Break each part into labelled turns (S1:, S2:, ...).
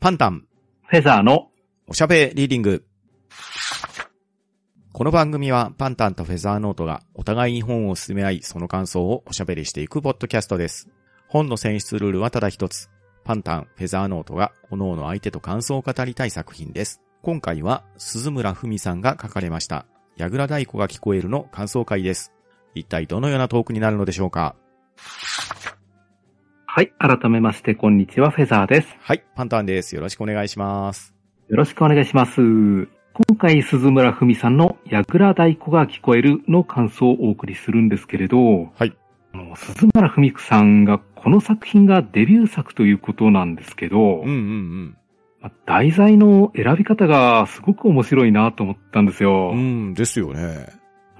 S1: パンタン、
S2: フェザーの、
S1: おしゃべリーディング。この番組はパンタンとフェザーノートがお互いに本を進め合い、その感想をおしゃべりしていくポッドキャストです。本の選出ルールはただ一つ。パンタン、フェザーノートが各々の相手と感想を語りたい作品です。今回は鈴村文さんが書かれました、矢倉太鼓が聞こえるの感想会です。一体どのようなトークになるのでしょうか
S2: はい、改めまして、こんにちは、フェザーです。
S1: はい、パンタンです。よろしくお願いします。
S2: よろしくお願いします。今回、鈴村文さんの、矢倉太鼓が聞こえるの感想をお送りするんですけれど、
S1: はい
S2: あの。鈴村文さんが、この作品がデビュー作ということなんですけど、
S1: うんうんうん。
S2: まあ題材の選び方がすごく面白いなと思ったんですよ。
S1: うん、ですよね。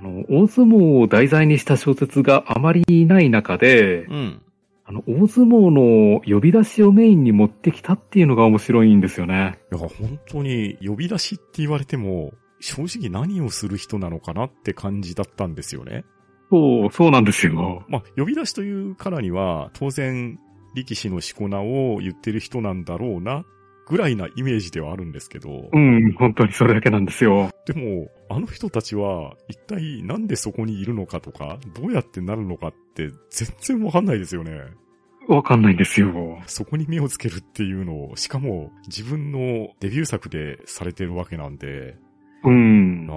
S2: あの大相撲を題材にした小説があまりない中で、
S1: うん。
S2: あの大相撲の呼び出しをメインに持ってきたっていうのが面白いんですよね。
S1: いや、本当に呼び出しって言われても、正直何をする人なのかなって感じだったんですよね。
S2: そう、そうなんですよ。
S1: まあ、呼び出しというからには、当然、力士のしこ名を言ってる人なんだろうな、ぐらいなイメージではあるんですけど、
S2: うん、本当にそれだけなんですよ。
S1: でも、あの人たちは、一体なんでそこにいるのかとか、どうやってなるのかって、全然わかんないですよね。
S2: わかんないんですよ。
S1: そこに目をつけるっていうのを、しかも、自分のデビュー作でされてるわけなんで、
S2: うん。
S1: な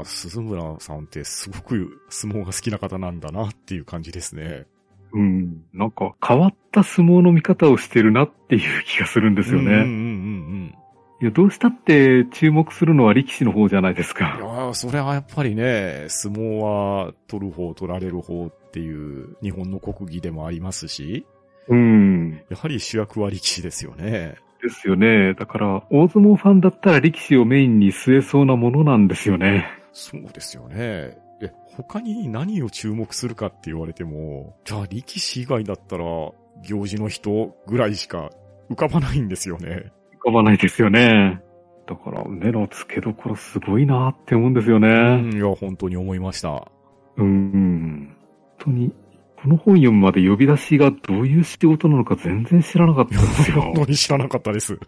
S1: あ、鈴村さんってすごく相撲が好きな方なんだなっていう感じですね。
S2: うん。なんか変わった相撲の見方をしてるなっていう気がするんで
S1: です
S2: よ
S1: うんうん
S2: ね。
S1: うん
S2: いや、どうしたって注目するのは力士の方じゃないです
S1: うん。い
S2: か。
S1: やあそれはやっぱりね、相撲は取る方取られる方っていう日本の国技でもありますし、
S2: うん。
S1: やはり主役は力士ですよね。
S2: ですよね。だから、大相撲ファンだったら力士をメインに据えそうなものなんですよね。
S1: そうですよね。え、他に何を注目するかって言われても、じゃあ力士以外だったら行事の人ぐらいしか浮かばないんですよね。
S2: 浮かばないですよね。だから、目の付けどころすごいなって思うんですよ
S1: う
S2: ね。
S1: ん、いや、本当に思いました。
S2: うん。ん、本当に、この本読むまで呼び出しがどういう仕事なのか全然知らなかったんですよ
S1: 本。当に知らなかったです。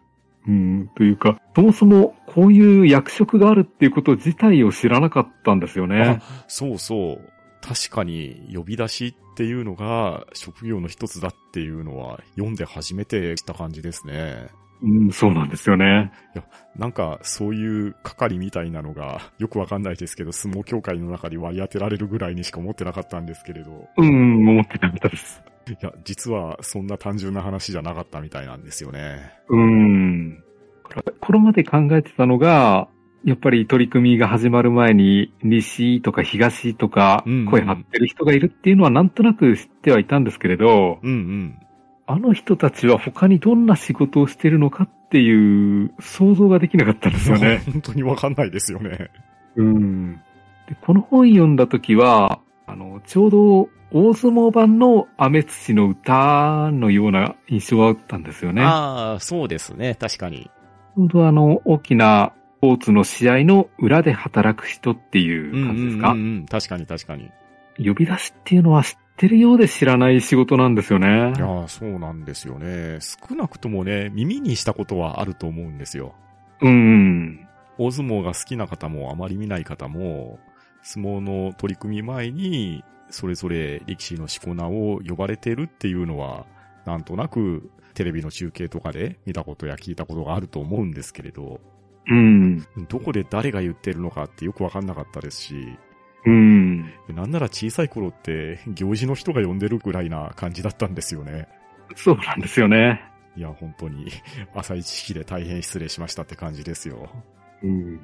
S2: うん。というか、そもそもこういう役職があるっていうこと自体を知らなかったんですよね。
S1: そうそう。確かに呼び出しっていうのが職業の一つだっていうのは読んで初めて知った感じですね。
S2: うん、そうなんですよね。
S1: なんかそういう係みたいなのがよくわかんないですけど相撲協会の中に割り当てられるぐらいにしか思ってなかったんですけれど。
S2: うん、思ってなかったです。
S1: いや、実はそんな単純な話じゃなかったみたいなんですよね。
S2: うん。これまで考えてたのが、やっぱり取り組みが始まる前に、西とか東とか
S1: うんうん、
S2: 声張ってる人がいるっていうのはなんとなく知ってはいたんですけれど、
S1: うんうん。。
S2: あの人たちは他にどんな仕事をしてるのかっていう想像ができなかったんですよね
S1: 本当にわかんないですよね。
S2: うん。でこの本読んだ時は、あの、ちょうど大相撲版のアメツシの歌のような印象はあったんですよね。
S1: ああ、そうですね。確かに。
S2: 本当はあの、大きなスポーツの試合の裏で働く人っていう感じですか、
S1: うんうんうんうん、確かに確かに。
S2: 呼び出しっていうのは知ってるようで知らない仕事なんですよね
S1: い。やーそうなんですよね。少なくともね、耳にしたことはあると思うんですよ。
S2: うん。
S1: 大相撲が好きな方もあまり見ない方も、相撲の取り組み前に、それぞれ力士のしこ名を呼ばれてるっていうのは、なんとなくテレビの中継とかで見たことや聞いたことがあると思うんですけれど、
S2: うん。
S1: どこで誰が言ってるのかってよくわかんなかったですし、
S2: うん。
S1: なんなら小さい頃って行事の人が呼んでるぐらいな感じだったんですよね。
S2: そうなんですよね。
S1: いや、本当に、 浅い知識で大変失礼しましたって感じですよ。
S2: うん。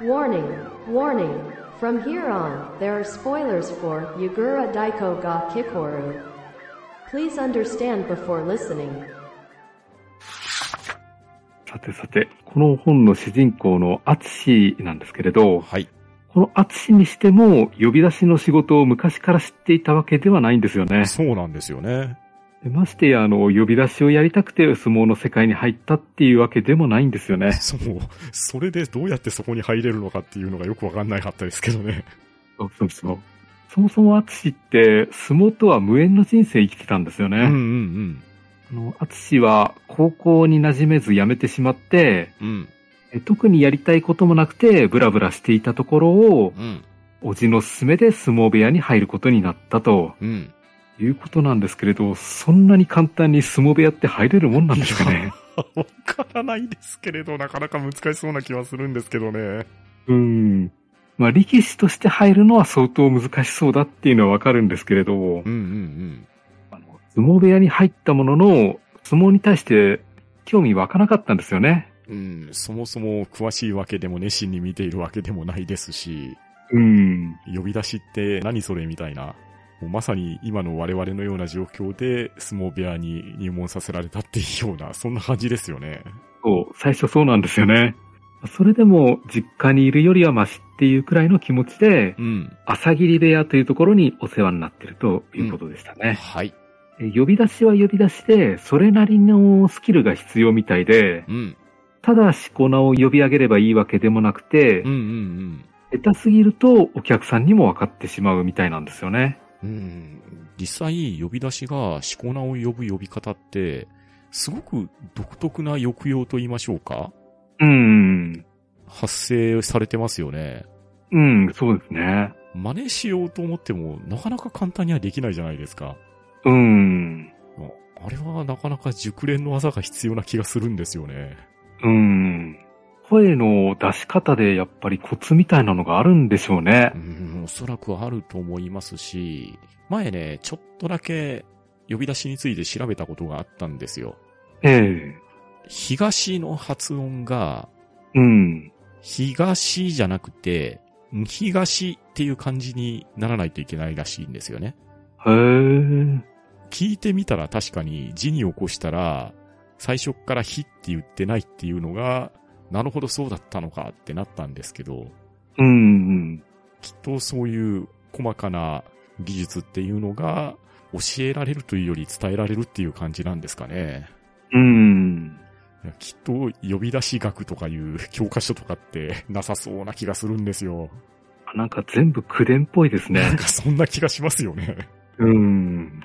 S3: Warning, warning. From here on, there are spoilers for Yagura Daiko ga Kikoru. Please understand before listening.
S2: さてさて、この本の主人公のアツシなんですけれど、
S1: はい。
S2: このアツシにしても呼び出しの仕事を昔から知っていたわけではないんですよね。
S1: そうなんですよね。
S2: でましてや、あの、呼び出しをやりたくて相撲の世界に入ったっていうわけでもないんですよね。
S1: そう。それでどうやってそこに入れるのかっていうのがよくわかんないかったですけどね。
S2: そうそうそう。そもそもアツシって相撲とは無縁の人生生きてたんですよ
S1: うんうんう
S2: ね。
S1: ん。
S2: あの、アツシは高校に馴染めず辞めてしまって、
S1: うん。
S2: え特にやりたいこともなくて、ブラブラしていたところを、
S1: うん。
S2: おじの勧めで相撲部屋に入ることになったと
S1: うん。
S2: いうことなんですけれど、そんなに簡単に相撲部屋って入れるもんなんですかね。
S1: わからないですけれど、なかなか難しそうな気はするんですけどね。
S2: うん。まあ、力士として入るのは相当難しそうだっていうのはわかるんですけれど
S1: う、んうん
S2: あの相撲部屋に入ったものの、相撲に対して興味湧かなかったんですよね。
S1: うん。うん、そもそも詳しいわけでも熱心に見ているわけでもないですし、
S2: うん。
S1: 呼び出しって何それみたいな。もうまさに今の我々のような状況で相撲部屋に入門させられたっていうような、そんな感じですよね。
S2: そう、最初そうなんですよね。それでも実家にいるよりはマシっていうくらいの気持ちで、
S1: うん。
S2: 朝霧部屋というところにお世話になってるということでしたね。
S1: はい。
S2: え呼び出しは呼び出しで、それなりのスキルが必要みたいで、
S1: うん。
S2: ただし粉を呼び上げればいいわけでもなくて、
S1: うんうん
S2: 下手すぎるとお客さんにも分かってしまうみたいなんですよね。
S1: うん。うん。実際、呼び出しがしこ名を呼ぶ呼び方って、すごく独特な抑揚と言いましょうか
S2: うん。
S1: 発生されてますよね。
S2: うん、そうですね。
S1: 真似しようと思っても、なかなか簡単にはできないじゃないですか。
S2: うん。
S1: あれはなかなか熟練の技が必要な気がするんですよね。
S2: うん。声の出し方でやっぱりコツみたいなのがあるんでしょうね
S1: う。ん、おそらくあると思いますし、前ね、ちょっとだけ呼び出しについて調べたことがあったんですよ。
S2: え
S1: 東の発音が、
S2: え。うん。
S1: 東じゃなくて、東っていう感じにならないといけないらしいんですよね。
S2: へえ。
S1: 聞いてみたら確かに字に起こしたら、最初っから火って言ってないっていうのが、なるほどそうだったのかってなったんですけど、
S2: うん。
S1: きっとそういう細かな技術っていうのが、教えられるというより伝えられるっていう感じなんですかね。
S2: うん。
S1: きっと呼び出し学とかいう教科書とかってなさそうな気がするんですよ。
S2: なんか全部口伝っぽいです
S1: なん
S2: ね。
S1: かそんな気がしますよね。
S2: うん。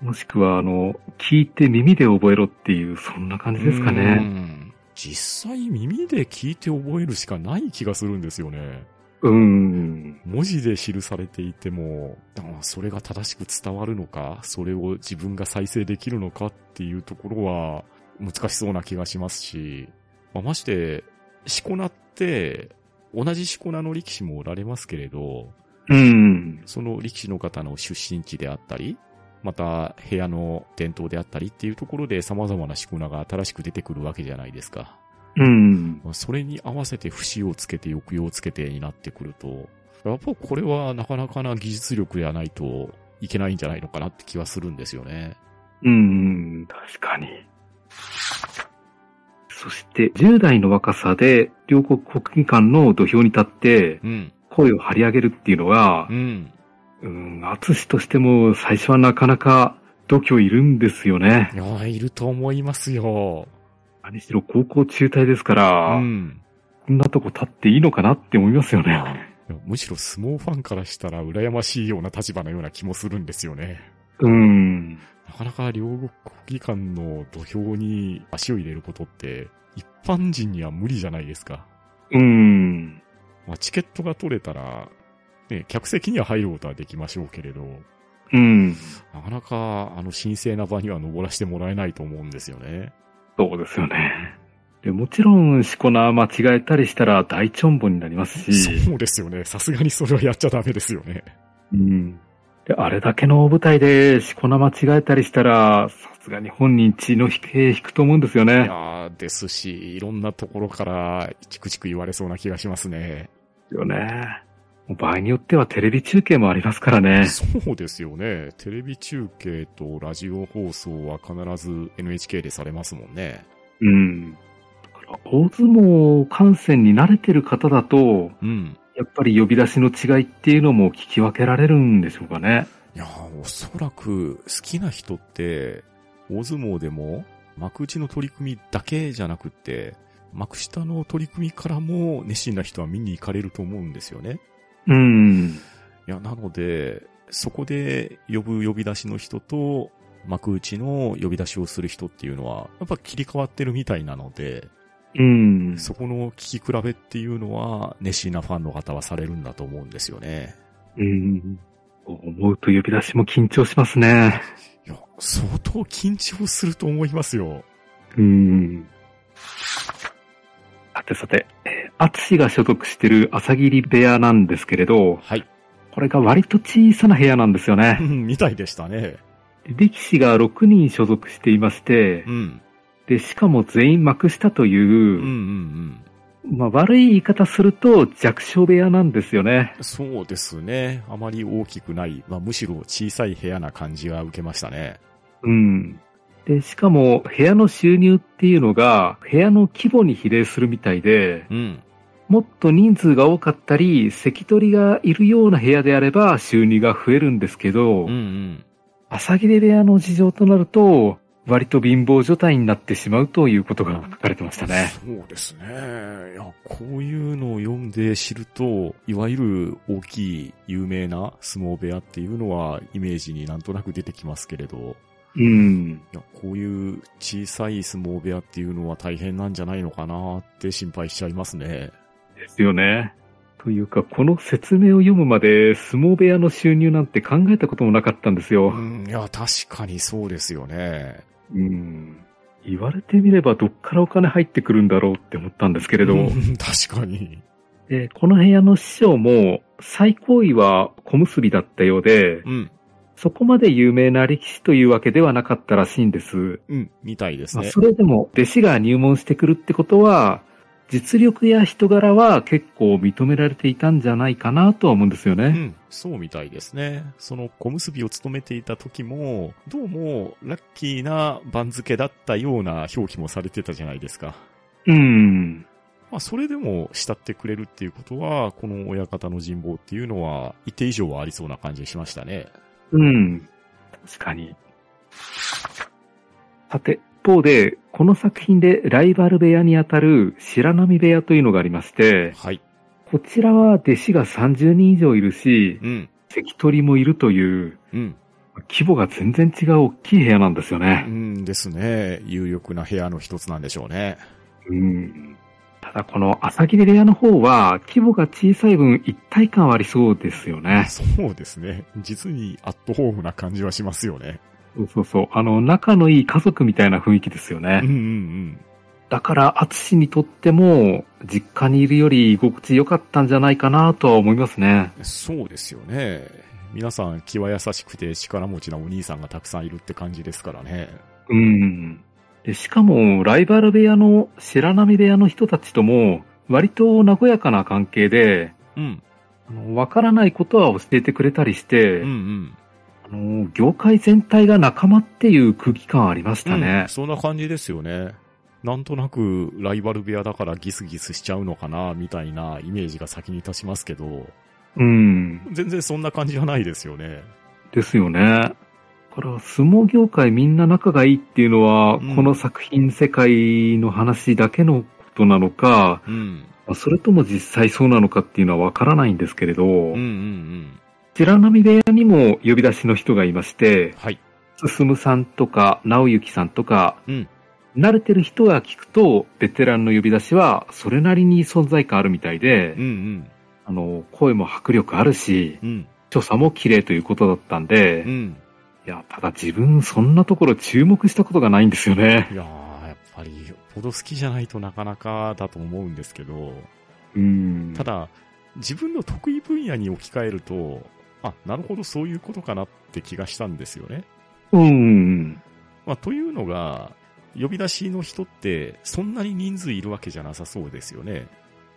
S2: もしくは、あの、聞いて耳で覚えろっていう、そんな感じですか
S1: う
S2: ね。
S1: ん。実際耳で聞いて覚えるしかない気がするんですよね。
S2: うん。
S1: 文字で記されていても、あそれが正しく伝わるのか、それを自分が再生できるのかっていうところは難しそうな気がしますし、まあまして、しこ名って、同じしこ名の力士もおられますけれど、
S2: うん。
S1: その力士の方の出身地であったり、また部屋の伝統であったりっていうところで様々なしこ名が新しく出てくるわけじゃないですか。
S2: うん。
S1: まあそれに合わせて節をつけて抑揚をつけてになってくると、やっぱこれはなかなかな技術力ではないといけないんじゃないのかなって気はするんですよね。
S2: うん。確かに。そして、10代の若さで、両国国技館の土俵に立って、
S1: うん。
S2: 声を張り上げるっていうのは
S1: う、ん。
S2: うん、淳としても最初はなかなか度胸いるんですよね
S1: い。やー、いると思いますよ。
S2: 何しろ高校中退ですから、
S1: うん。
S2: こんなとこ立っていいのかなって思いますよね。
S1: いやむしろ相撲ファンからしたら羨ましいような立場のような気もするんですよね。
S2: うん。
S1: なかなか両国国技館の土俵に足を入れることって一般人には無理じゃないですか。
S2: うん。
S1: まあ、チケットが取れたら、ね、客席には入ることはできましょうけれど、
S2: うん。
S1: なかなか、あの、神聖な場には登らせてもらえないと思うんですよね。
S2: そうですよね。でもちろん、しこな間違えたりしたら大チョンボになりますし、
S1: そうですよね。さすがにそれはやっちゃダメですよね。
S2: うん。で、あれだけの大舞台でしこな間違えたりしたら、さすがに本人血の引け引くと思うんですよ
S1: い
S2: ね。
S1: やーですし、いろんなところから、チクチク言われそうな気がしますね。
S2: よね。もう場合によってはテレビ中継もありますからね。
S1: そうですよね。テレビ中継とラジオ放送は必ず NHK でされますもんね。
S2: うん。だから、大相撲観戦に慣れてる方だと、
S1: うん。
S2: やっぱり呼び出しの違いっていうのも聞き分けられるんでしょうかね。
S1: いやーおそらく、好きな人って、大相撲でも、幕内の取り組みだけじゃなくって、幕下の取り組みからも熱心な人は見に行かれると思うんですよね。
S2: うん。
S1: いや、なので、そこで呼ぶ呼び出しの人と、幕内の呼び出しをする人っていうのは、やっぱ切り替わってるみたいなので、
S2: うん。
S1: そこの聞き比べっていうのは、熱心なファンの方はされるんだと思うんですよね。
S2: うん。思うと呼び出しも緊張しますね。
S1: いや、相当緊張すると思いますよ。
S2: うん。さてさて、えーアツシが所属してる朝霧部屋なんですけれど、
S1: はい。
S2: これが割と小さな部屋なんですよ
S1: う
S2: ね。
S1: ん みたいでしたね。
S2: で力士が6人所属していまして
S1: う、ん。
S2: で、しかも全員幕下と
S1: うんうんう
S2: いう、
S1: ん。
S2: まあ悪い言い方すると弱小部屋なんですよね。
S1: そうですね。あまり大きくない、まあ、むしろ小さい部屋な感じが受けましたね。
S2: うん。で、しかも部屋の収入っていうのが部屋の規模に比例するみたいで、
S1: うん。
S2: もっと人数が多かったり、関取がいるような部屋であれば収入が増えるんですけど、
S1: うんうん。
S2: 朝霧部屋の事情となると、割と貧乏所帯になってしまうということが書かれてましたね。
S1: そうですね。いや、こういうのを読んで知ると、いわゆる大きい有名な相撲部屋っていうのはイメージになんとなく出てきますけれど、
S2: うん。
S1: いや、こういう小さい相撲部屋っていうのは大変なんじゃないのかなって心配しちゃいますね。
S2: ですよね。というか、この説明を読むまで、相撲部屋の収入なんて考えたこともなかったんです
S1: う
S2: よ。
S1: ん、いや、確かにそうですよね。
S2: うん。言われてみれば、どっからお金入ってくるんだろうって思ったんですけれど、
S1: うん確かに。
S2: でこの部屋の師匠も、最高位は小結びだったようで、
S1: うん、
S2: そこまで有名な力士というわけではなかったらしいんです。
S1: うん、みたいです
S2: まあ、
S1: ね
S2: そ。れでも弟子が入門してくるってことは、実力や人柄は結構認められていたんじゃないかなとは思うんですよ
S1: う
S2: ね。
S1: ん、そうみたいですね。その小結を務めていた時も、どうもラッキーな番付だったような表記もされてたじゃないですか。
S2: うん。
S1: まあ、それでも慕ってくれるっていうことは、この親方の人望っていうのは、一定以上はありそうな感じしましたね。
S2: うん。確かに。さて、一方で、この作品でライバル部屋にあたる白波部屋というのがありまして、
S1: はい。
S2: こちらは弟子が30人以上いるし、
S1: うん、
S2: 関取もいるという、
S1: うん、
S2: 規模が全然違う大きい部屋なんですよね。
S1: うんですね。有力な部屋の一つなんでしょう ね。
S2: うんただこの朝霧部屋の方は規模が小さい分一体感はありそうですよね。
S1: そうですね。実にアットホームな感じはしますよね。
S2: そうそうそう。あの、仲のいい家族みたいな雰囲気ですよ
S1: うんう
S2: ね。
S1: んうん。
S2: だから、淳にとっても、実家にいるより居心地良かったんじゃないかなとは思いますね。
S1: そうですよね。皆さん気は優しくて力持ちなお兄さんがたくさんいるって感じですからね。
S2: うん。でしかも、ライバル部屋の白波部屋の人たちとも、割と和やかな関係で、
S1: うん。
S2: あのわからないことは教えてくれたりして、
S1: うんうん。
S2: あの、業界全体が仲間っていう空気感ありましたね。
S1: そんな感じですよね。なんとなくライバル部屋だからギスギスしちゃうのかな、みたいなイメージが先に立ちますけど、
S2: うん。
S1: 全然そんな感じはないですよね。
S2: ですよね。だから、相撲業界みんな仲がいいっていうのは、
S1: うん
S2: この作品世界の話だけのことなのか、
S1: うん。
S2: まあそれとも実際そうなのかっていうのはわからないんですけれど、
S1: うんうんうん。
S2: 白波部屋にも呼び出しの人がいまして、
S1: はい。
S2: 進さんとか、直行さんとか、
S1: うん
S2: 慣れてる人が聞くと、ベテランの呼び出しは、それなりに存在感あるみたいで、
S1: うん
S2: あの、声も迫力あるし、
S1: うん。うん。
S2: 所作も綺麗ということだったんで、
S1: う
S2: い
S1: ん。
S2: や、ただ自分そんなところ注目したことがないんですよね。
S1: いやー、やっぱり、よっぽど好きじゃないとなかなかだと思うんですけど、
S2: うん。
S1: た、だ、自分の得意分野に置き換えると、あ、なるほどそういうことかなって気がしたんですよね。
S2: うん。
S1: まあ、というのが、呼び出しの人って、そんなに人数いるわけじゃなさそうですよね。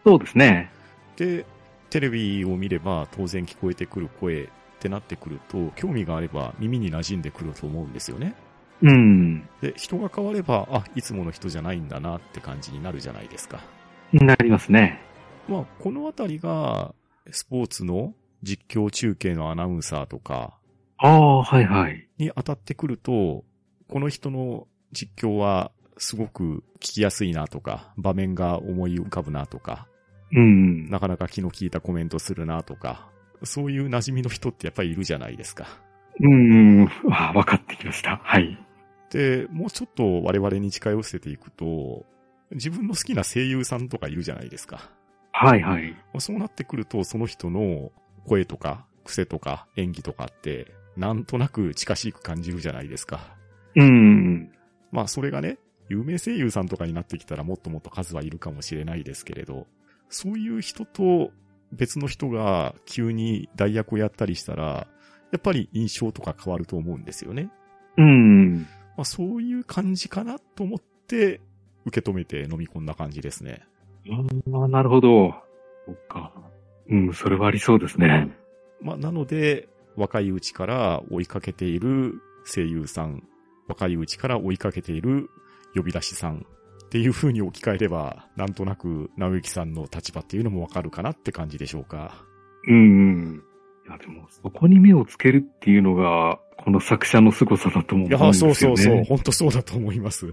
S2: そうですね。
S1: で、テレビを見れば当然聞こえてくる声ってなってくると、興味があれば耳に馴染んでくると思うんですよね。
S2: うん。
S1: で、人が変われば、あ、いつもの人じゃないんだなって感じになるじゃないですか。
S2: なりますね。
S1: まあ、このあたりが、スポーツの実況中継のアナウンサーとか
S2: ああ、はいはい。
S1: に当たってくると、この人の実況はすごく聞きやすいなとか、場面が思い浮かぶなとか、
S2: うん。
S1: なかなか気の利いたコメントするなとか、そういう馴染みの人ってやっぱりいるじゃないですか。
S2: うん、うんあ分かってきました。はい。
S1: で、もうちょっと我々に近寄せていくと、自分の好きな声優さんとかいるじゃないですか。
S2: はいはい。
S1: そうなってくると、その人の声とか、癖とか、演技とかって、なんとなく近しく感じるじゃないですか。
S2: うん。
S1: まあ、それがね、有名声優さんとかになってきたらもっともっと数はいるかもしれないですけれど、そういう人と別の人が急に代役をやったりしたら、やっぱり印象とか変わると思うんですよね。
S2: うん。
S1: まあ、そういう感じかなと思って、受け止めて飲み込んだ感じですね。
S2: ああ、なるほど。そっか。うん、それはありそうですね。
S1: まあ、なので、若いうちから追いかけている声優さん、若いうちから追いかけている呼び出しさんっていう風に置き換えれば、なんとなく、直行さんの立場っていうのもわかるかなって感じでしょうか。
S2: うん。いや、でも、そこに目をつけるっていうのが、この作者の凄さだとも
S1: い
S2: 思
S1: や
S2: うん
S1: ー、
S2: です
S1: そ
S2: よね。
S1: うそうそう、本当そうだと思います。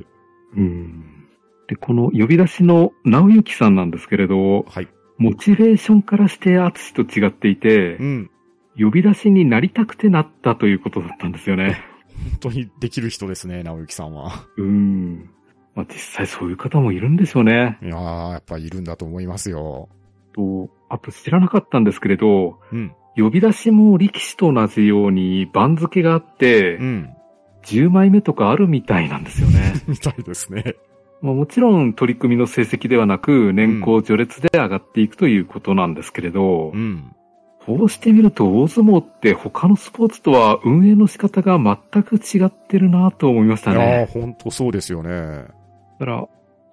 S2: うん。で、この呼び出しの直行さんなんですけれど、
S1: はい。
S2: モチベーションからして淳と違っていて
S1: う、ん。
S2: 呼び出しになりたくてなったということだったんですよね。
S1: 本当にできる人ですね、直行さんは。
S2: うん。まあ、実際そういう方もいるんでしょうね。
S1: いやー、やっぱいるんだと思いますよ。
S2: と、あと知らなかったんですけれど、
S1: うん。
S2: 呼び出しも力士と同じように番付があって、
S1: うん。
S2: 10枚目とかあるみたいなんですよね。
S1: みたいですね。
S2: まあ、もちろん取り組みの成績ではなく、年功序列で上がっていくということなんですけれど、
S1: うん。
S2: こうしてみると大相撲って他のスポーツとは運営の仕方が全く違ってるなと思いまし
S1: い
S2: た
S1: やー、
S2: ね。
S1: 本当そうですよね。
S2: だから、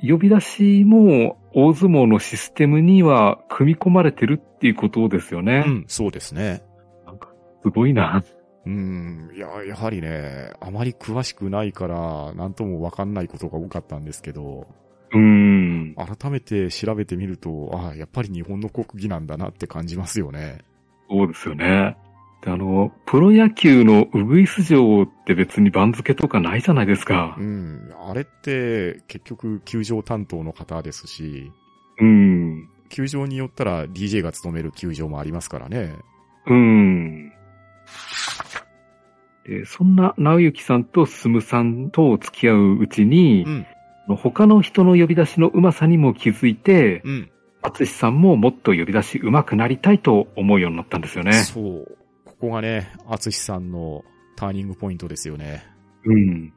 S2: 呼び出しも大相撲のシステムには組み込まれてるっていうことですよね。
S1: うん、そうですね。
S2: なんか、すごいな。
S1: うん、いや、やはりね、あまり詳しくないから、なんともわかんないことが多かったんですけど、
S2: うん。
S1: 改めて調べてみると、ああ、やっぱり日本の国技なんだなって感じますよね。
S2: そうですよね。であの、プロ野球のウグイス城って別に番付とかないじゃないですか
S1: う。ん、あれって、結局、球場担当の方ですし、
S2: うん。
S1: 球場によったら DJ が務める球場もありますからね。
S2: うん。でそんな直行さんと進さんと付き合ううちに、
S1: うん、
S2: 他の人の呼び出しのうまさにも気づいて、
S1: うん。
S2: 淳さんももっと呼び出しうまくなりたいと思うようになったんですよね。
S1: そう。ここがね、厚さんのターニングポイントですよね。
S2: うん。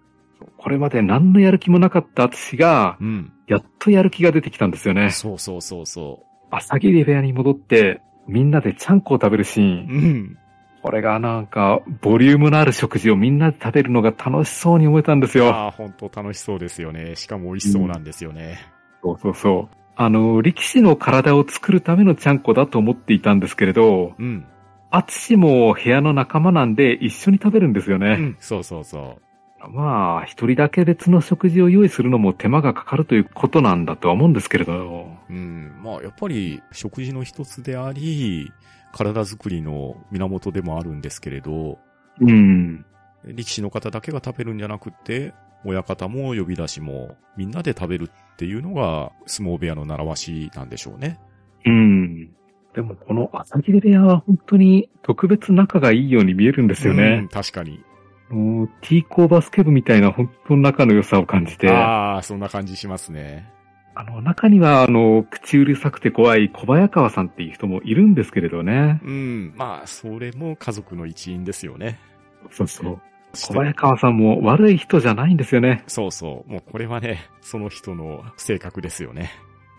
S2: これまで何のやる気もなかった淳が、
S1: うん。
S2: やっとやる気が出てきたんですよね。
S1: そうそうそうそ
S2: 朝霧部屋に戻って、みんなでちゃんこを食べるシー
S1: う。
S2: ン。
S1: うん。
S2: これがなんか、ボリュームのある食事をみんなで食べるのが楽しそうに思えたんですよ。
S1: ああ、本当楽しそうですよね。しかも美味しそうなんですよね。
S2: そうそうそう。あの、力士の体を作るためのちゃんこだと思っていたんですけれど、
S1: うん。
S2: アツシも部屋の仲間なんで一緒に食べるんですよ
S1: う
S2: ね。
S1: ん、そうそうそ
S2: まあ、一人だけ別の食事を用意するのも手間がかかるということなんだとは思うんですけれど。
S1: う。うん。まあ、やっぱり食事の一つであり、体づくりの源でもあるんですけれど、
S2: うん。
S1: 力士の方だけが食べるんじゃなくて、親方も呼び出しもみんなで食べるっていうのが相撲部屋の習わしなんでしょうね。
S2: うん。でもこの朝霧部屋は本当に特別仲がいいように見えるんですよ
S1: うん、
S2: ね。
S1: 確かに。
S2: もう T コーバスケ部みたいな本当の仲の良さを感じて。
S1: ああ、そんな感じしますね。
S2: あの、中には、あの、口うるさくて怖い小早川さんっていう人もいるんですけれどね。
S1: うん。まあ、それも家族の一員ですよね。
S2: そうそう。小早川さんも悪い人じゃないんですよね。
S1: そうそう。もうこれはね、その人の性格ですよ ね。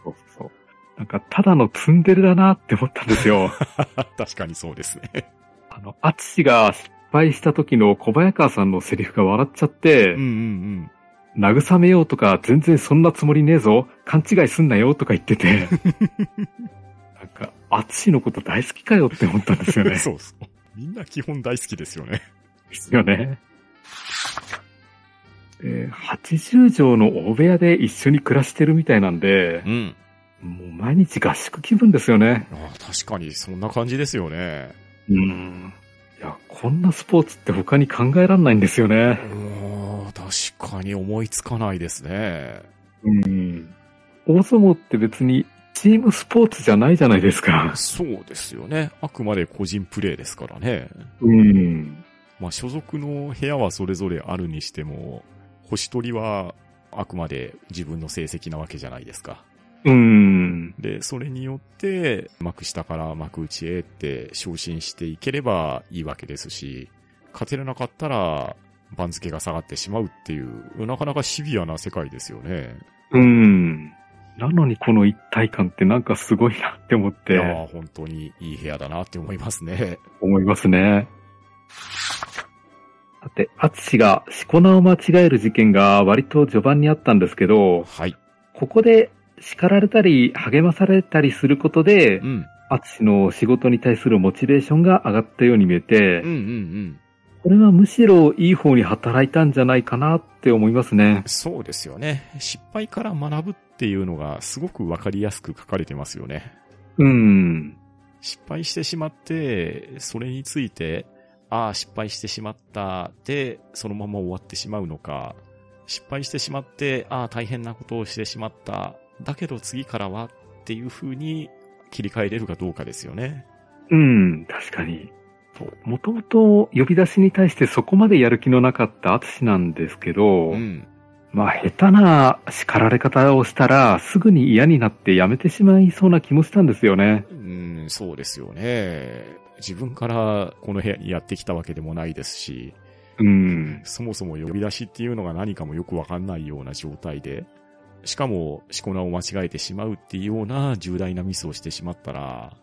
S2: そうそう。なんか、ただのツンデレだなって思ったんです よ。
S1: 確かにそうですね。
S2: あの、アツシが失敗した時の小早川さんのセリフが笑っちゃって、
S1: うんうん
S2: 慰めようとか全然そんなつもりねえぞ、勘違いすんなよとか言って て、なんか、アツシのこと大好きかよって思ったんですよ
S1: う
S2: ね
S1: ん。。 そうそう。みんな基本大好きですよね。
S2: ですよね。で80畳の大部屋で一緒に暮らしてるみたいなんで、
S1: ん。
S2: もう毎日合宿気分ですよね。
S1: ああ、確かにそんな感じですよね。
S2: うん。いや、こんなスポーツって他に考えらんないんですよ
S1: う
S2: ね。
S1: ん、確かに思いつかないです ね。
S2: うん。大相撲って別にチームスポーツじゃないじゃないですか。
S1: そうですよね。あくまで個人プレイですからね。
S2: うん。
S1: まあ、所属の部屋はそれぞれあるにしても、星取りはあくまで自分の成績なわけじゃないですか。
S2: うん。
S1: で、それによって、幕下から幕内へって昇進していければいいわけですし、勝てれなかったら、番付が下がってしまうっていう、なかなかシビアな世界ですよね。
S2: うん。なのにこの一体感ってなんかすごいなって思っ
S1: いや
S2: て
S1: ー本当にいい部屋だなって思いますね。
S2: 思いますね。さて、アツシがしこ名を間違える事件が割と序盤にあったんですけど、
S1: はい。
S2: ここで叱られたり励まされたりすることで
S1: う、ん。
S2: アツシの仕事に対するモチベーションが上がったように見え
S1: う
S2: て、
S1: んうんうん。
S2: これはむしろいい方に働いたんじゃないかなって思いますね。
S1: そうですよね。失敗から学ぶっていうのがすごくわかりやすく書かれてますよね。
S2: うん。
S1: 失敗してしまって、それについて、ああ、失敗してしまった。で、そのまま終わってしまうのか。失敗してしまって、ああ、大変なことをしてしまった。だけど次からはっていう風に切り替えれるかどうかですよね。
S2: うん、確かに。そうもともと呼び出しに対してそこまでやる気のなかったアツシなんですけど、
S1: ん。
S2: まあ下手な叱られ方をしたらすぐに嫌になってやめてしまいそうな気もしたんですよね。
S1: うん、そうですよね。自分からこの部屋にやってきたわけでもないですし、
S2: うん。
S1: そもそも呼び出しっていうのが何かもよくわかんないような状態で、しかも、しこ名を間違えてしまうっていうような重大なミスをしてしまったら、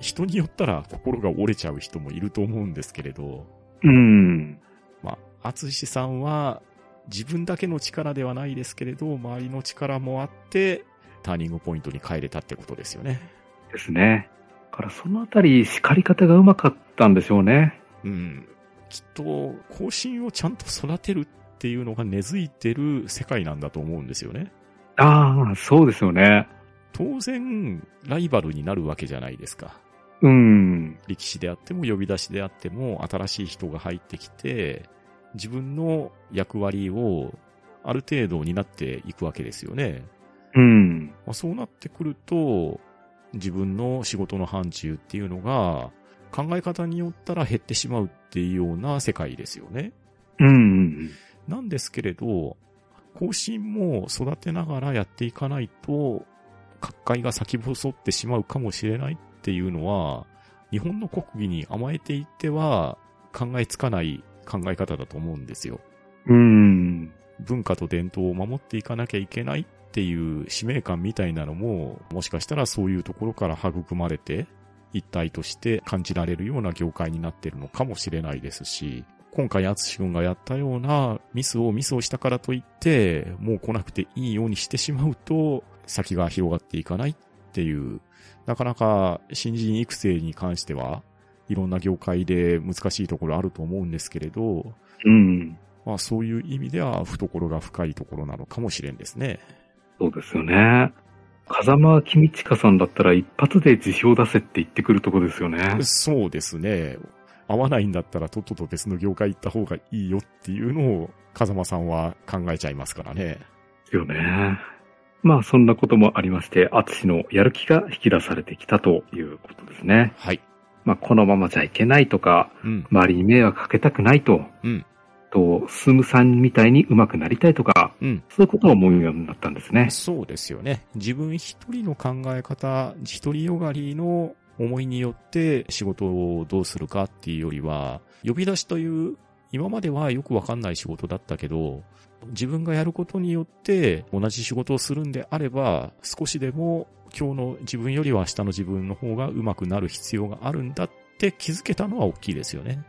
S1: 人によったら心が折れちゃう人もいると思うんですけれど、
S2: うん。
S1: まあ、厚志さんは自分だけの力ではないですけれど、周りの力もあって、ターニングポイントに帰れたってことですよね。
S2: ですね。だからそのあたり叱り方がうまかったんでしょうね。
S1: うん。きっと、後進をちゃんと育てるっていうのが根付いてる世界なんだと思うんですよね。
S2: ああ、そうですよね。
S1: 当然、ライバルになるわけじゃないですか。
S2: うん。
S1: 力士であっても呼び出しであっても、新しい人が入ってきて、自分の役割をある程度担っていくわけですよね。
S2: うん。
S1: まあ、そうなってくると、自分の仕事の範疇っていうのが、考え方によったら減ってしまうっていうような世界ですよね。
S2: うん。
S1: なんですけれど、後進も育てながらやっていかないと、各界が先細ってしまうかもしれないっていうのは、日本の国技に甘えていっては考えつかない考え方だと思うんですよ。
S2: うん。
S1: 文化と伝統を守っていかなきゃいけないっていう使命感みたいなのも、もしかしたらそういうところから育まれて、一体として感じられるような業界になってるのかもしれないですし、今回、淳君がやったようなミスをミスをしたからといって、もう来なくていいようにしてしまうと、先が広がっていかないっていう、なかなか新人育成に関しては、いろんな業界で難しいところあると思うんですけれど、
S2: うん。
S1: まあそういう意味では懐が深いところなのかもしれんですね。
S2: そうですよね。風間公親さんだったら一発で辞表出せって言ってくるとこですよね。
S1: そうですね。合わないんだったらとっとと別の業界行った方がいいよっていうのを風間さんは考えちゃいますからね。
S2: よね。まあそんなこともありまして、淳のやる気が引き出されてきたということですね。
S1: はい。
S2: まあこのままじゃいけないとか、
S1: うん。
S2: 周りに迷惑かけたくないと、
S1: うん。
S2: と、スムさんみたいに上手くなりたいとか、
S1: うん。
S2: そういうことを思うようになったんですね。
S1: そうですよね。自分一人の考え方、一人よがりの思いによって仕事をどうするかっていうよりは、呼び出しという、今まではよくわかんない仕事だったけど、自分がやることによって同じ仕事をするんであれば、少しでも今日の自分よりは明日の自分の方がうまくなる必要があるんだって気づけたのは大きいですよね。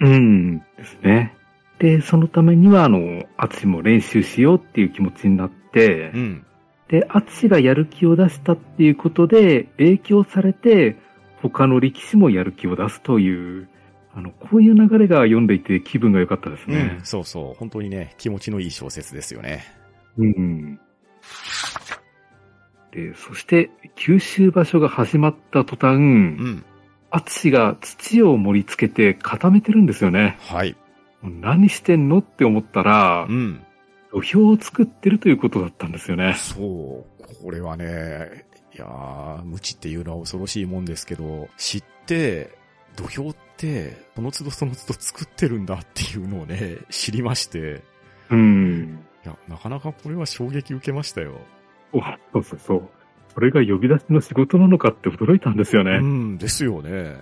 S2: うん、ですね。で、そのためには、あの、淳も練習しようっていう気持ちになって、
S1: ん。
S2: で、アツシがやる気を出したっていうことで、影響されて、他の力士もやる気を出すという、あの、こういう流れが読んでいて気分が良かったです
S1: うん
S2: ね。。
S1: そうそう。本当にね、気持ちのいい小説ですよね。
S2: うん。で、そして、九州場所が始まった途端、
S1: ん。
S2: アツシが土を盛り付けて固めてるんですよね。
S1: はい。
S2: もう何してんのって思ったら、
S1: ん。
S2: 土俵を作ってるということだったんですよね。
S1: そう、これはね、いやー、無知っていうのは恐ろしいもんですけど、知って、土俵ってて、その都度その都度作ってるんだっていうのをね、知りまして、
S2: うん。
S1: いや、なかなかこれは衝撃受けましたよ。
S2: おそうそうそう。それが呼び出しの仕事なのかって驚いたんですよね。
S1: うん、ですよね。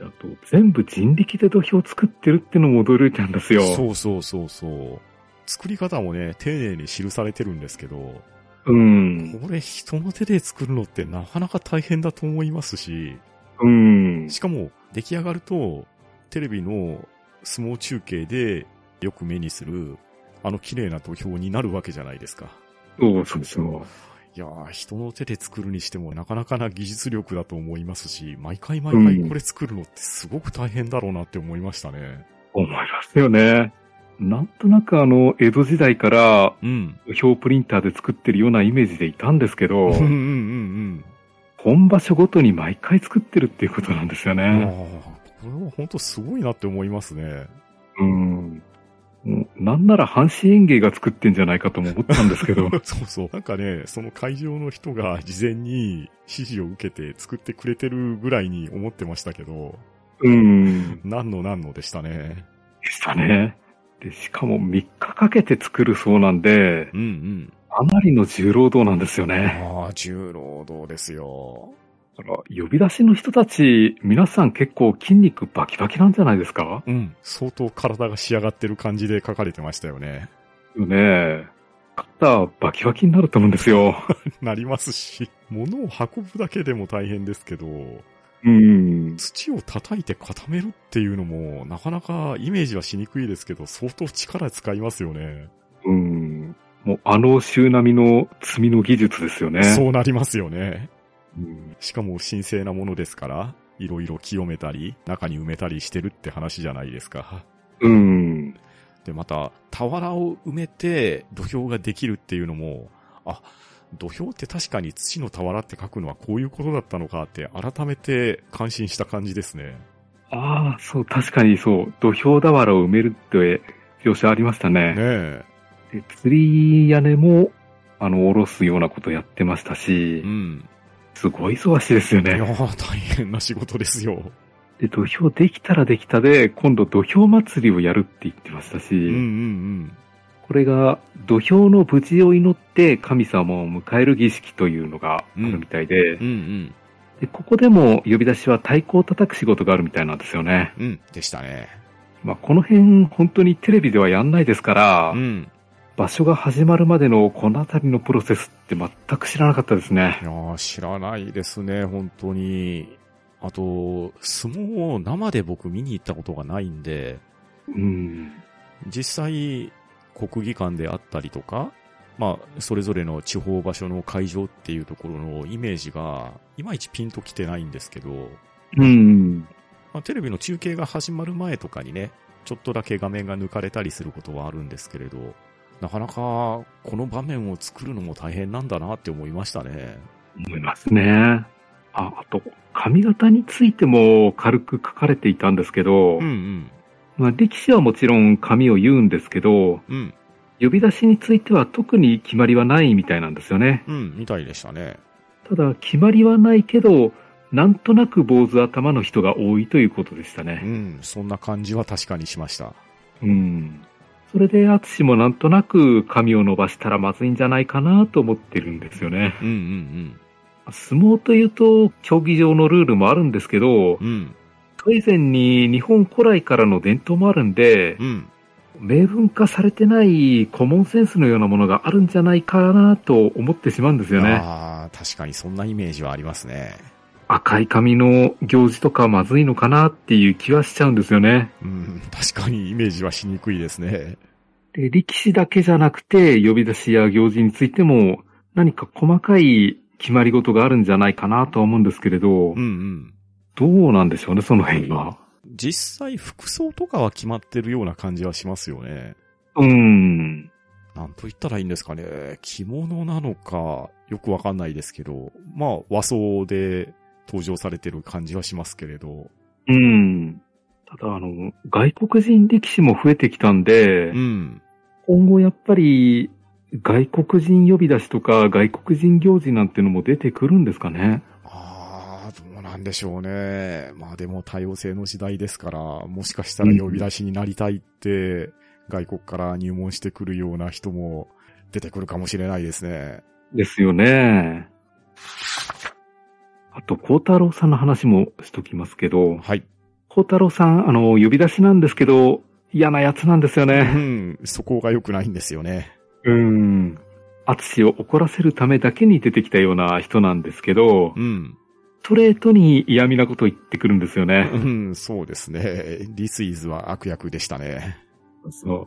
S2: あと、全部人力で土俵作ってるってのも驚いたんですよ。
S1: そうそうそうそう。作り方もね、丁寧に記されてるんですけど、
S2: う。うん。
S1: これ人の手で作るのってなかなか大変だと思いますし、
S2: うん。
S1: しかも出来上がると、テレビの相撲中継でよく目にする、あの綺麗な土俵になるわけじゃないですか。
S2: そうそうそう。
S1: いやー、人の手で作るにしてもなかなかな技術力だと思いますし、毎回毎回これ作るのってすごく大変だろうなって思いましたね。
S2: 思いますよね。なんとなくあの、江戸時代から
S1: うん。
S2: 土俵プリンターで作ってるようなイメージでいたんですけ
S1: うん
S2: ど
S1: うん、うん
S2: 本場所ごとに毎回作ってるっていうことなんですよ
S1: うん。あ
S2: ね。
S1: ーこれは本当すごいなって思いますね。
S2: うん。もうなんなら阪神園芸が作ってんじゃないかとも思ったんですけど。
S1: そうそう。なんかね、その会場の人が事前に指示を受けて作ってくれてるぐらいに思ってましたけど、
S2: うん。
S1: 何の何のでしたね。
S2: でしたね。で、しかも3日かけて作るそうなんで、
S1: うん
S2: かなりの重労働なんですよ
S1: うん。
S2: ね。
S1: ああ、重労働ですよ。
S2: だから、呼び出しの人たち、皆さん結構筋肉バキバキなんじゃないですか
S1: うん。相当体が仕上がってる感じで書かれてましたよね。
S2: よね。肩バキバキになると思うんですよ。
S1: なりますし、物を運ぶだけでも大変ですけど、
S2: うん。
S1: 土を叩いて固めるっていうのも、なかなかイメージはしにくいですけど、相当力使いますよね。
S2: うん。もうあの週並みの積みの技術ですよね。
S1: そうなりますよね。
S2: うん。
S1: しかも神聖なものですから、いろいろ清めたり、中に埋めたりしてるって話じゃないですか。
S2: うん。
S1: で、また、俵を埋めて土俵ができるっていうのも、あ、土俵って確かに土の俵って書くのはこういうことだったのかって改めて感心した感じですね。
S2: ああ、そう、確かにそう。土俵俵を埋めるって描写ありました
S1: ね
S2: ね。
S1: え。
S2: で釣り屋根も、あの、下ろすようなことやってましたし
S1: う、ん。
S2: すごい忙しいですよ
S1: いや
S2: ね。
S1: ー大変な仕事ですよ。
S2: で、土俵できたらできたで、今度土俵祭りをやるって言ってましたし、
S1: うんうん
S2: これが土俵の無事を祈って神様を迎える儀式というのがあるみたいで、
S1: うん。うんうん。
S2: でここでも呼び出しは太鼓を叩く仕事があるみたいなんですよね。
S1: うん。でしたね。
S2: まあ、この辺本当にテレビではやんないですから、
S1: うん。
S2: 場所が始まるまでのこの辺りのプロセスって全く知らなかったですね
S1: い。やー知らないですね、本当に。あと、相撲を生で僕見に行ったことがないんで、
S2: うん。
S1: 実際、国技館であったりとか、まあ、それぞれの地方場所の会場っていうところのイメージが、いまいちピンときてないんですけど、
S2: うん。
S1: まあ、テレビの中継が始まる前とかにね、ちょっとだけ画面が抜かれたりすることはあるんですけれど、なかなか、この場面を作るのも大変なんだなって思いましたね。
S2: 思いますね。あ、あと、髪型についても軽く書かれていたんですけど、
S1: ん
S2: まあ、力士はもちろん髪を言うんですけど、
S1: うん。うん。
S2: 呼び出しについては特に決まりはないみたいなんですよね。
S1: うん、みたいでしたね。
S2: ただ、決まりはないけど、なんとなく坊主頭の人が多いということでした
S1: う
S2: ね。
S1: ん、そんな感じは確かにしました。
S2: うん。それで、淳もなんとなく髪を伸ばしたらまずいんじゃないかなと思ってるんですよね。
S1: うんうん
S2: 相撲というと、競技場のルールもあるんですけど
S1: う、ん。うん、
S2: それ以前に日本古来からの伝統もあるんで
S1: う、ん。
S2: 明文化されてないコモンセンスのようなものがあるんじゃないかなと思ってしまうんですよね。
S1: ああ、確かにそんなイメージはありますね。
S2: 赤い髪の行事とかまずいのかなっていう気はしちゃうんですよね。
S1: うん、確かにイメージはしにくいですね。
S2: で、力士だけじゃなくて、呼び出しや行事についても、何か細かい決まり事があるんじゃないかなとは思うんですけれど
S1: うん、うん。
S2: どうなんでしょうね、その辺は。
S1: 実際服装とかは決まってるような感じはしますよね。
S2: うん。
S1: なんと言ったらいいんですかね。着物なのか、よくわかんないですけど、まあ和装で登場されてる感じはしますけれど。
S2: うん。ただ、あの、外国人力士も増えてきたんで、
S1: うん。
S2: 今後やっぱり外国人呼び出しとか外国人行事なんてのも出てくるんですかね。
S1: ああ、どうなんなんでしょうね。まあでも多様性の時代ですから、もしかしたら呼び出しになりたいって、外国から入門してくるような人も出てくるかもしれないですね。
S2: ですよね。あと、孝太郎さんの話もしときますけど、
S1: はい。
S2: 孝太郎さん、あの、呼び出しなんですけど、嫌なやつなんですよ
S1: う
S2: ね。
S1: ん、そこが良くないんですよね。
S2: うん。淳を怒らせるためだけに出てきたような人なんですけど、
S1: うん。
S2: ストレートに嫌味なこと言ってくるんですよね
S1: う。ん、そうですね。This is は悪役でしたね。
S2: そう。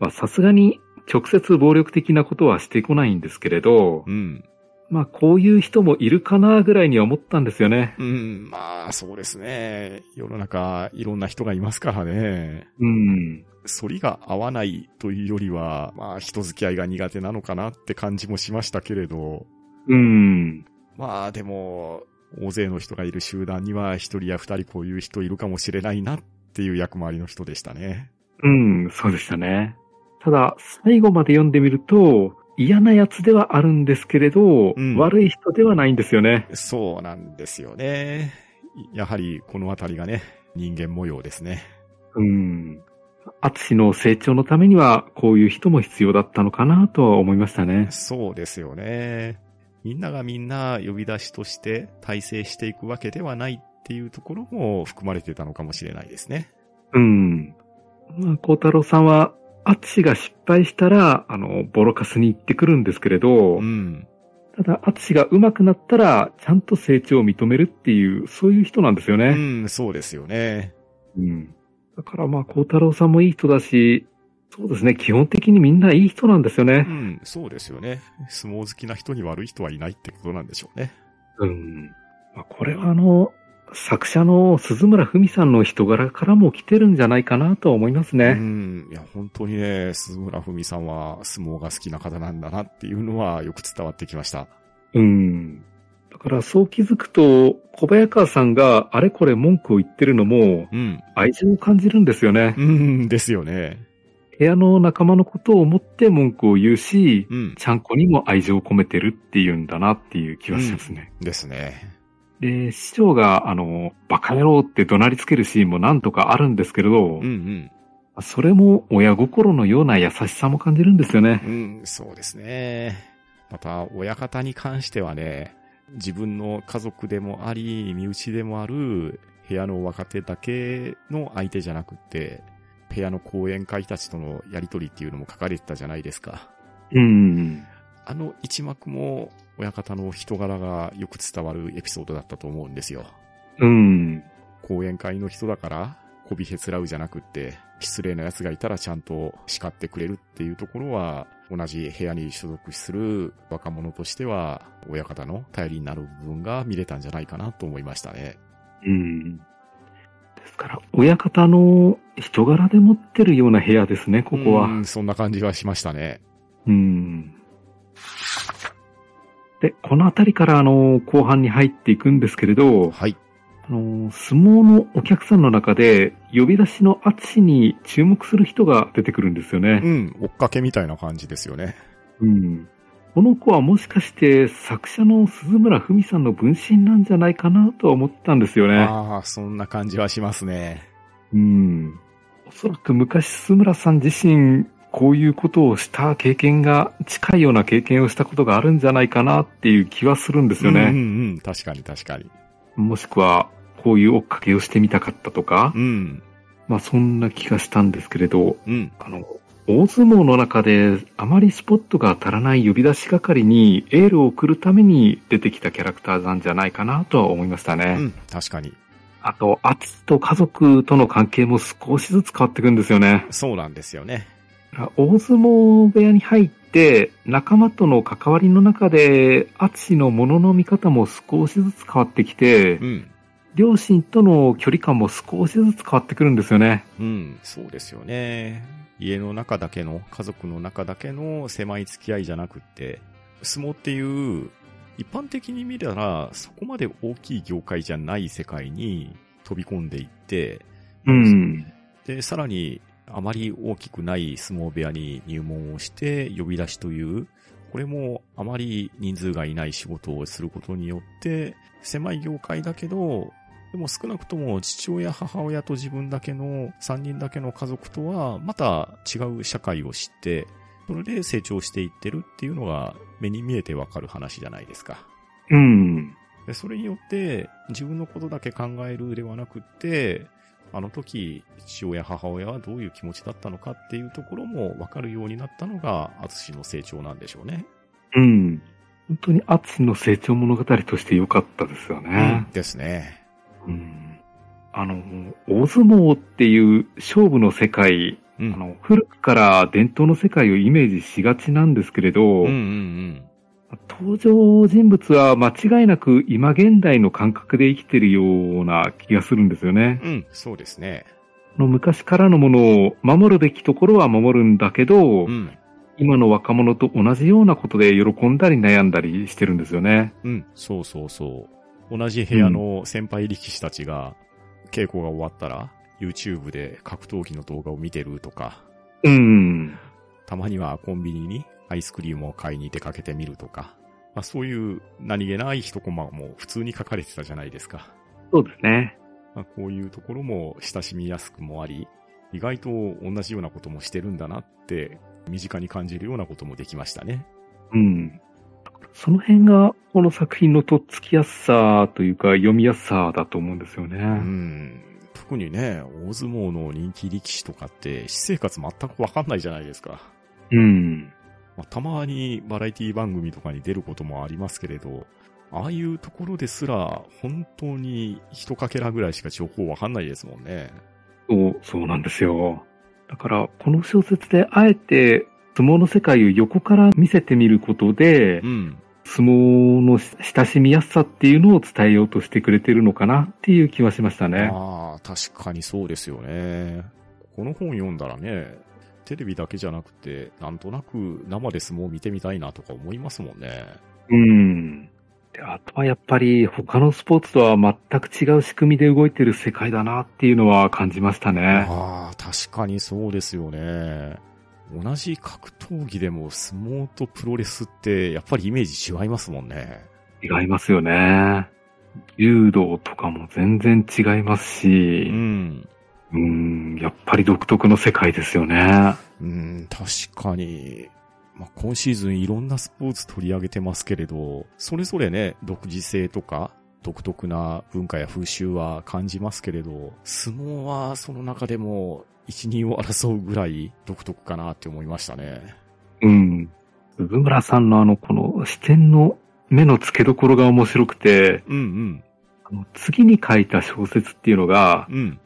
S2: まあ、さすがに直接暴力的なことはしてこないんですけれど、
S1: うん。
S2: まあ、こういう人もいるかなぐらいには思ったんですよね。
S1: うん、まあ、そうですね。世の中、いろんな人がいますからね。
S2: うん。
S1: 反りが合わないというよりは、まあ、人付き合いが苦手なのかなって感じもしましたけれど、
S2: うん。
S1: まあ、でも、大勢の人がいる集団には、一人や二人こういう人いるかもしれないなっていう役回りの人でしたね。
S2: うん、そうでしたね。ただ、最後まで読んでみると、嫌なやつではあるんですけれど、
S1: うん
S2: 悪い人ではないんですよね。
S1: そうなんですよね。やはり、このあたりがね、人間模様ですね。
S2: うん。アツシの成長のためには、こういう人も必要だったのかなとは思いましたね。
S1: そうですよね。みんながみんな呼び出しとして体制していくわけではないっていうところも含まれてたのかもしれないですね。
S2: うん。まあ、孝太郎さんは、アツシが失敗したら、あの、ボロカスに行ってくるんですけれど、
S1: うん。
S2: ただ、アツシが上手くなったら、ちゃんと成長を認めるっていう、そういう人なんですよ
S1: う
S2: ね。
S1: ん、そうですよね。
S2: うん。だからまあ、孝太郎さんもいい人だし、そうですね、基本的にみんないい人なんですよ
S1: う
S2: ね。
S1: ん、そうですよね。相撲好きな人に悪い人はいないってことなんでしょうね。
S2: うん。まあ、これはあの、作者の鈴村文さんの人柄からも来てるんじゃないかなとは思います
S1: う
S2: ね。
S1: ん。いや、本当にね、鈴村文さんは相撲が好きな方なんだなっていうのはよく伝わってきました。
S2: うん。だからそう気づくと、小早川さんがあれこれ文句を言ってるのも、
S1: うん。
S2: 愛情を感じるんですよね。
S1: うん、ですよね。
S2: 部屋の仲間のことを思って文句を言うし、
S1: うん。
S2: ちゃんこにも愛情を込めてるっていうんだなっていう気がしますね。
S1: ですね。
S2: で、市長が、あの、バカ野郎って怒鳴りつけるシーンもなんとかあるんですけれど、
S1: うん
S2: それも親心のような優しさも感じるんですよ
S1: う
S2: ね。
S1: ん。うん、そうですね。また、親方に関してはね、自分の家族でもあり、身内でもある、部屋の若手だけの相手じゃなくって、部屋の講演会たちとのやりとりっていうのも書かれてたじゃないですか。
S2: うん。
S1: あの一幕も、親方の人柄がよく伝わるエピソードだったと思うんですよ。
S2: うん。
S1: 講演会の人だから、媚びへつらうじゃなくって、失礼な奴がいたらちゃんと叱ってくれるっていうところは、同じ部屋に所属する若者としては、親方の頼りになる部分が見れたんじゃないかなと思いましたね。
S2: うん。ですから、親方の人柄で持ってるような部屋ですね、ここは。
S1: うんそんな感じはしましたね。
S2: うん。で、このあたりから、あの、後半に入っていくんですけれど、
S1: はい。
S2: あの、相撲のお客さんの中で、呼び出しの淳に注目する人が出てくるんですよね
S1: う。ん、追っかけみたいな感じですよね。
S2: うん。この子はもしかして作者の鈴村文さんの分身なんじゃないかなとは思ったんですよね。
S1: ああ、そんな感じはしますね。
S2: うん。おそらく昔鈴村さん自身、こういうことをした経験が、近いような経験をしたことがあるんじゃないかなっていう気はするんですよ
S1: うん
S2: ね。
S1: うんうん、確かに確かに。
S2: もしくは、こういう追っかけをしてみたかったとか、
S1: うん、
S2: まあそんな気がしたんですけれど、
S1: うん、
S2: あの、大相撲の中であまりスポットが足らない呼び出し係にエールを送るために出てきたキャラクターなんじゃないかなとは思いました
S1: う
S2: ね。
S1: ん、確かに。
S2: あと、アツと家族との関係も少しずつ変わっていくんですよね。
S1: そうなんですよね。
S2: 大相撲部屋に入って仲間との関わりの中で、アツシのものの見方も少しずつ変わってきて
S1: う、ん、
S2: 両親との距離感も少しずつ変わってくるんですよね。
S1: うん、そうですよね。家の中だけの、家族の中だけの狭い付き合いじゃなくって、相撲っていう、一般的に見たら、そこまで大きい業界じゃない世界に飛び込んでいって、
S2: うん。
S1: で、さらに、あまり大きくない相撲部屋に入門をして、呼び出しというこれもあまり人数がいない仕事をすることによって、狭い業界だけど、でも少なくとも父親、母親と自分だけの3人だけの家族とはまた違う社会を知って、それで成長していってるっていうのが目に見えてわかる話じゃないですか。
S2: うん。
S1: でそれによって自分のことだけ考えるではなくって、あの時父親母親はどういう気持ちだったのかっていうところもわかるようになったのが淳の成長なんでしょうね。
S2: うん。本当にアツの成長物語として良かったですよね。
S1: ですね。
S2: うん。あの、大相撲っていう勝負の世界、
S1: う
S2: あ
S1: ん。
S2: の、古くから伝統の世界をイメージしがちなんですけれど、
S1: うんうんうん。
S2: 登場人物は間違いなく今現代の感覚で生きてるような気がするんですよね。
S1: うん、そうですね。
S2: あの昔からのものを守るべきところは守るんだけど、
S1: うん。
S2: 今の若者と同じようなことで喜んだり悩んだりしてるんですよね。
S1: うん、そうそうそう。同じ部屋の先輩力士たちが稽古が終わったら YouTube で格闘技の動画を見てるとか、
S2: うん。
S1: たまにはコンビニにアイスクリームを買いに出かけてみるとか、まあ、そういう何気ない一コマも普通に書かれてたじゃないですか。
S2: そうですね。
S1: まあ、こういうところも親しみやすくもあり、意外と同じようなこともしてるんだなって、身近に感じるようなこともできましたね。
S2: うん。その辺がこの作品のとっつきやすさというか読みやすさだと思うんですよね。
S1: うん。特にね、大相撲の人気力士とかって、私生活全くわかんないじゃないですか。
S2: うん。
S1: まあ、たまにバラエティ番組とかに出ることもありますけれど、ああいうところですら、本当に一かけらぐらいしか情報わかんないですもんね。
S2: そう、そうなんですよ。だから、この小説であえて相撲の世界を横から見せてみることで、
S1: うん。
S2: 相撲の親しみやすさっていうのを伝えようとしてくれてるのかなっていう気はしましたね。
S1: ああ、確かにそうですよね。この本読んだらね、テレビだけじゃなくて、なんとなく生で相撲見てみたいなとか思いますもんね。
S2: うん。であとはやっぱり他のスポーツとは全く違う仕組みで動いてる世界だなっていうのは感じましたね。
S1: ああ、確かにそうですよね。同じ格闘技でも相撲とプロレスってやっぱりイメージ違いますもんね。
S2: 違いますよね。柔道とかも全然違います
S1: う
S2: し、
S1: ん。
S2: うん、やっぱり独特の世界ですよね。
S1: うん、確かに。まあ、今シーズンいろんなスポーツ取り上げてますけれど、それぞれね、独自性とか、独特な文化や風習は感じますけれど、相撲はその中でも一人を争うぐらい独特かなって思いましたね。
S2: うん。鈴村さんのあの、この視点の目の付けどころが面白くて、
S1: うん
S2: あの次に書いた小説っていうのが
S1: う、ん、うん。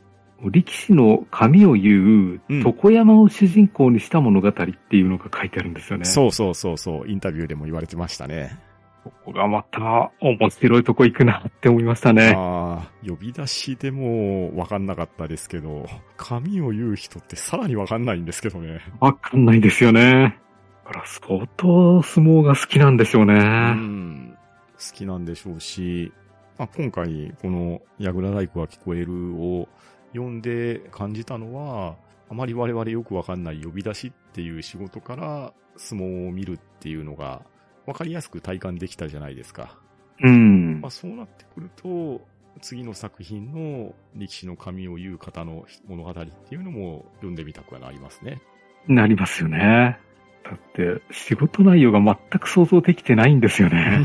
S2: 力士の髪を言う
S1: うん
S2: 床山を主人公にした物語っていうのが書いてあるんですよね。
S1: そうそうそうそう、インタビューでも言われてましたね。
S2: ここがまた面白いとこ行くなって思いましたね。
S1: ああ、呼び出しでもわかんなかったですけど、髪を言う人ってさらにわかんないんですけどね。
S2: わかんないですよね。だから相当相撲が好きなんでしょうね。
S1: うん。好きなんでしょうし、まあ、今回この矢倉大工が聞こえるを読んで感じたのは、あまり我々よくわかんない呼び出しっていう仕事から相撲を見るっていうのがわかりやすく体感できたじゃないですか。
S2: うん
S1: まあ、。そうなってくると、次の作品の力士の髪を言う方の物語っていうのも読んでみたくはなりますね。
S2: なりますよね。だって仕事内容が全く想像できてないんですよね。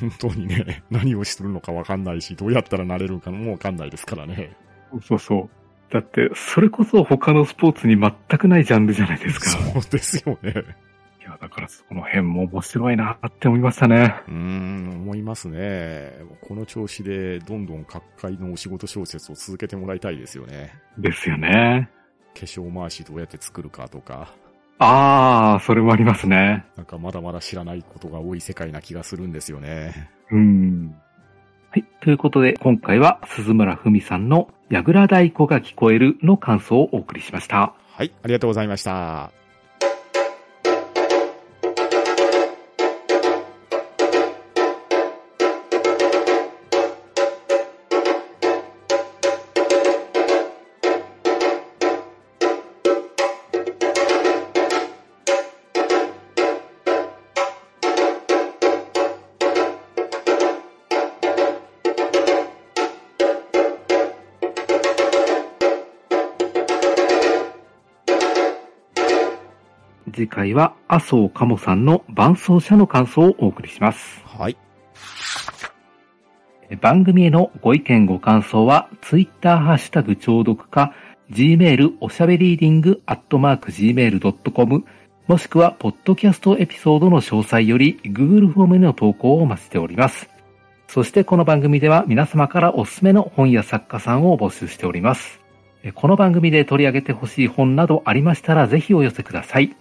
S1: 本当にね、何をしてるのかわかんないし、どうやったらなれるかもわかんないですからね。
S2: そうそう。だってそれこそ他のスポーツに全くないジャンルじゃないですか。
S1: そうですよね。
S2: いや、だからその辺も面白いなって思いましたね。
S1: うーん、思いますね。この調子でどんどん各界のお仕事小説を続けてもらいたいですよね。
S2: ですよね。
S1: 化粧回しどうやって作るかとか、
S2: ああ、それもありますね。
S1: なんかまだまだ知らないことが多い世界な気がするんですよね。
S2: うん。はい。ということで、今回は鈴村文さんの矢倉太鼓が聞こえるの感想をお送りしました。
S1: はい、ありがとうございました。
S2: 次回は麻生かもさんの伴走者の感想をお送りします。
S1: はい。
S2: え番組へのご意見ご感想は、ツイッターハッシュタグ聴読か、gmail おしゃべりーディングアットマーク gmail.com、もしくは、ポッドキャストエピソードの詳細より、Google フォームへの投稿をお待ちしております。そして、この番組では皆様からおすすめの本や作家さんを募集しております。えこの番組で取り上げてほしい本などありましたら、ぜひお寄せください。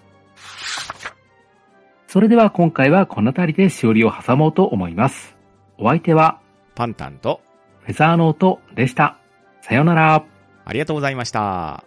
S2: それでは今回はこの辺りでしおりを挟もうと思います。お相手は、
S1: パンタンと、
S2: フェザーノートでした。さようなら。
S1: ありがとうございました。